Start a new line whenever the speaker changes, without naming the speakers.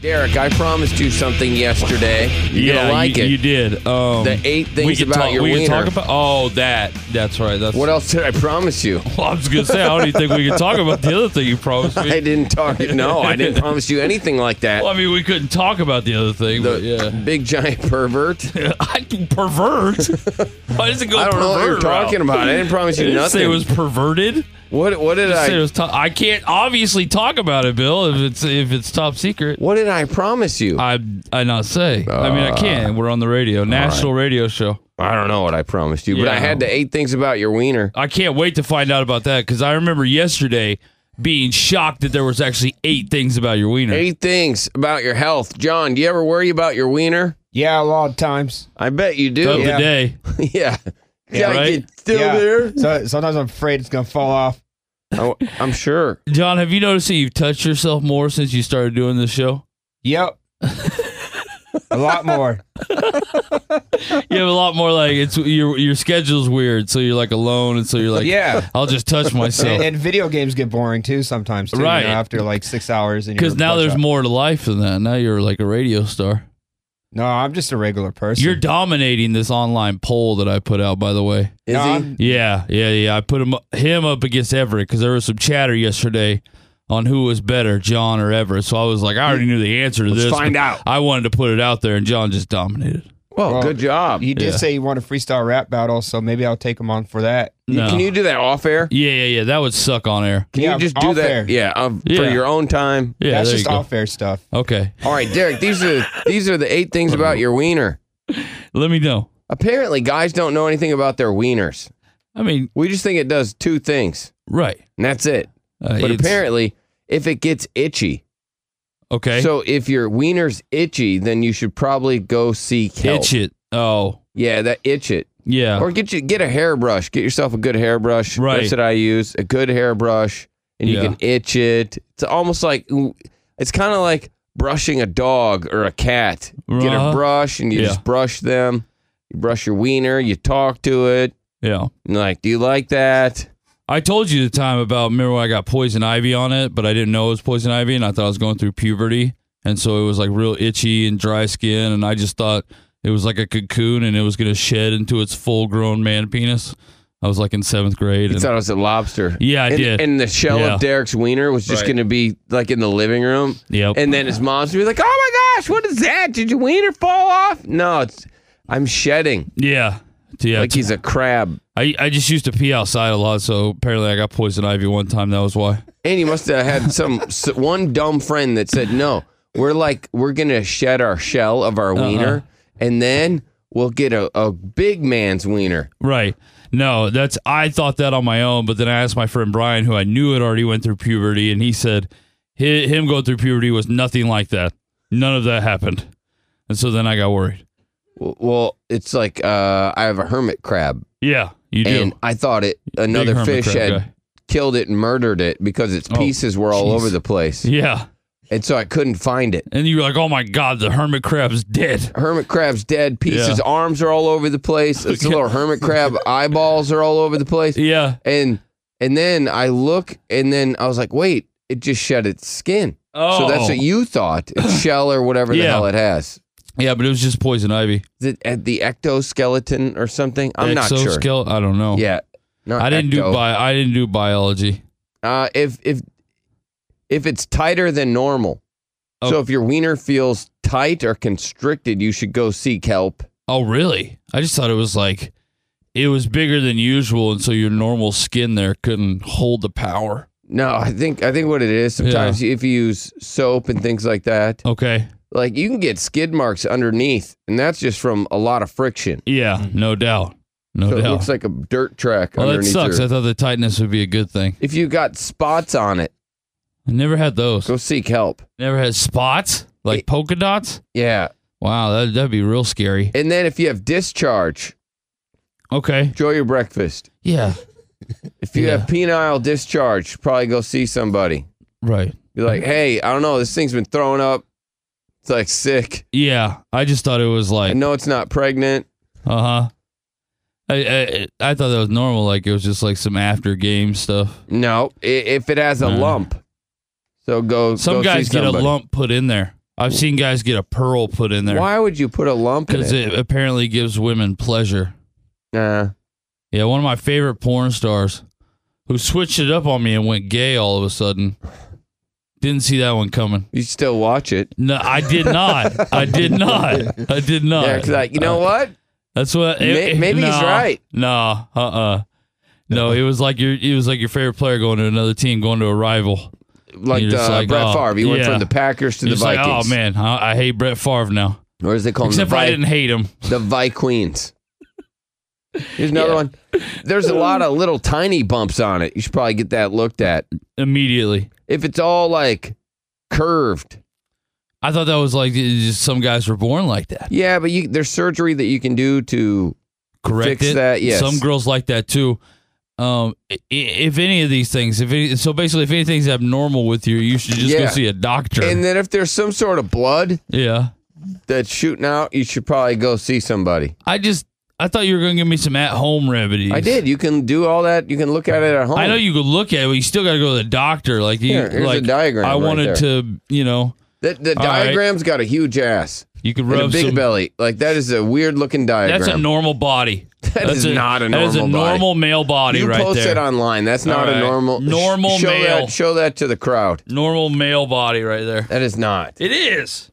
Derek, I promised you something yesterday. You're
yeah,
gonna like
you,
it.
you did. Um,
The eight
we
things
could
about
talk,
your
we could
wiener.
talk about. Oh, that. That's right. That's
What else did I promise you?
Well, I was gonna say. I don't even think we could talk about the other thing you promised me.
I didn't talk. No, I didn't promise you anything like that.
Well, I mean, we couldn't talk about the other thing.
the
but yeah,
big giant pervert.
I can pervert. Why does it go?
I don't know what you're
pervert route?
talking about. I didn't promise
I
you
didn't
nothing.
Say it was perverted.
what? What did
I,
I?
said it was top- I can't obviously talk about it, Bill. If it's if it's top secret,
what did I promise you?
I I not say. I
Uh,
mean, I can't. We're on the radio, national radio show.
I don't know what I promised you, but I
Yeah.
had the eight things about your wiener.
I can't wait to find out about that because I remember yesterday being shocked that there was actually eight things about your wiener.
Eight things about your health, John. Do you ever worry about your wiener?
Yeah, a lot of times.
I bet you
of
do.
the day.
yeah. Yeah,
right?
it's still
yeah.
there.
So sometimes I'm afraid it's gonna fall off.
Oh, I'm sure.
John, have you noticed that you've touched yourself more since you started doing this show?
Yep. a lot more.
You have a lot more like it's your your schedule's weird, so you're like alone, and so you're like,
yeah.
I'll just touch
And,
myself.
and video games get boring too sometimes. Too, you know,
Right.
after like six hours, and
Because now there's more to life than that. Now you're like a radio star.
No, I'm just a regular person.
You're dominating this online poll that I put out, by the way.
Is
No,
he?
I'm-
Yeah, yeah, yeah. I put him him up against Everett because there was some chatter yesterday on who was better, John or Everett. So I was like, I already knew the answer to
Let's
this.
find
but
out.
I wanted to put it out there, and John just dominated.
Well,
Well,
good job.
You did
Yeah.
say you want a freestyle rap battle, so maybe I'll take him on for that.
No.
Can you do that off air?
yeah, yeah, yeah. That would suck on air.
Can
Yeah,
you just do
off
that?
air.
Yeah, um, for
Yeah.
your own time.
Yeah,
That's
there
just
you go.
all fair stuff.
Okay,
All right, Derek. These are these are the eight things about your wiener.
let me know.
Apparently, guys don't know anything about their wieners.
I mean,
We just think it does two things,
right?
and that's it.
Uh,
But
it's-
apparently, if it gets itchy,
okay,
so if your wiener's itchy, then you should probably go seek help.
itch it. Oh,
Yeah, that itch it,
yeah.
or get you get a hairbrush. Get yourself a good hairbrush.
Right.
That's what I use. A good hairbrush, and
Yeah.
you can itch it. It's almost like it's kind of like brushing a dog or a cat. Get a
Uh-huh.
brush, and you
Yeah.
just brush them. You brush your wiener. You talk to it.
yeah.
And you're like, do you like that?
I told you the time about remember when I got poison ivy on it, but I didn't know it was poison ivy, and I thought I was going through puberty, and so it was like real itchy and dry skin, and I just thought it was like a cocoon, and it was gonna shed into its full grown man penis. I was like in seventh grade.
You
and-
thought it was a lobster.
Yeah, I
and,
did.
And the shell
Yeah.
of Derek's wiener was just
Right.
going to be like in the living room.
Yep.
And then his mom's gonna be like, "Oh my gosh, what is that? Did your wiener fall off?" No, it's I'm shedding
yeah, yeah.
like he's a crab.
I I just used to pee outside a lot, so apparently I got poison ivy one time. That was why.
And you must have had some s- one dumb friend that said, "No, we're like we're gonna shed our shell of
Uh-huh.
our wiener, and then we'll get a, a big man's wiener."
Right. No, that's I thought that on my own, but then I asked my friend Brian, who I knew had already went through puberty, and he said hi him going through puberty was nothing like that. None of that happened, and so then I got worried.
W- Well, it's like uh, I have a hermit crab,
Yeah, you do.
and I thought it another
hermit
fish
crab
had
guy.
killed it and murdered it because its
Oh,
pieces were all
jeez.
over the place,
yeah,
and so I couldn't find it.
and you were like, "Oh my God, the hermit crab's dead."
hermit crab's dead. Pieces,
Yeah.
arms are all over the place. It's a little hermit crab. Eyeballs are all over the place.
Yeah.
And and then I look, and then I was like, wait, it just shed its skin.
Oh,
So that's what you thought, its shell or whatever the
Yeah.
hell it has.
yeah, but it was just poison ivy.
Is it at the ectoskeleton or something? I'm not sure.
Exoskele- I don't know.
Yeah, not
I didn't do
ecto.
bi- I didn't do biology.
Uh, if if if it's tighter than normal. So
Oh.
if your wiener feels tight or constricted, you should go seek help.
Oh, really? I just thought it was like it was bigger than usual, and so your normal skin there couldn't hold the power.
No, I think I think what it is sometimes if you use soap and things like that,
Okay.
like you can get skid marks underneath, and that's just from a lot of friction.
Yeah, no doubt. No
Mm-hmm. So it
doubt.
looks like a dirt track
Oh, well, that
underneath.
sucks.
your-
I thought the tightness would be a good thing.
if you got spots on it,
I never had those.
go seek help.
Never had spots like polka dots.
Yeah,
Wow, that, that'd be real scary.
And then if you have discharge,
Okay.
enjoy your breakfast.
Yeah.
If you
Yeah.
have penile discharge, probably go see somebody.
Right.
Be like,
Mm-hmm.
hey, I don't know, this thing's been throwing up. It's like sick.
Yeah. I just thought it was
I
like,
know it's not pregnant.
uh huh. I, I I thought that was normal. Like it was just like some after game stuff.
No, i- if it has a
Nah.
lump, so go.
Some
go see
guys get a
somebody.
lump put in there. I've seen guys get a pearl put in there
Why would you put a lump in
because
it?
it apparently gives women pleasure.
Nah.
Yeah, one of my favorite porn stars who switched it up on me and went gay all of a sudden. Didn't see that one coming.
you still watch it.
No, I did not. I did not. I did not.
Yeah, 'cause like you know
Oh.
what?
That's what.
May- maybe he's
nah,
right.
No, uh, uh No, it was like your. It was like your favorite player going to another team, going to a rival.
Like
You're just
the uh,
like,
Brett
oh,
Favre, he went
yeah.
from the Packers to
You're
the
just like,
Vikings.
oh man, I, I hate Brett Favre now.
Or is it called
Except
the,
for I
Vi-
didn't hate him.
the Vikings? Here's another one. There's a lot of little tiny bumps on it. You should probably get that looked at.
immediately.
If it's all like curved,
I thought that was like just some guys were born like that.
yeah, but you, there's surgery that you can do to
Correct
Fix
it?
that, yes.
Some girls like that too. Um, i- if any of these things, if any, so, basically, if anything's abnormal with you, you should just go
Yeah.
see a doctor.
And then if there's some sort of blood
yeah,
that's shooting out, you should probably go see somebody.
I just I thought you were going to give me some at home remedies.
I did. You can do all that. You can look at it at home.
I know you could look at it, but you still got to go to the doctor. Like, you,
Here, here's a
like
diagram
I
right
wanted
there.
to, you know,
The, the
All right.
diagram's got a huge ass
you could
and a
rub
big
some.
belly. Like that is a weird looking diagram.
That's a normal body. that's
is not a
That is a
normal body.
normal male body
you
right
post
there.
it online. That's
All
not
right.
a normal
Normal
show
male.
That, show that to the crowd.
normal male body right there.
That is not.
It is.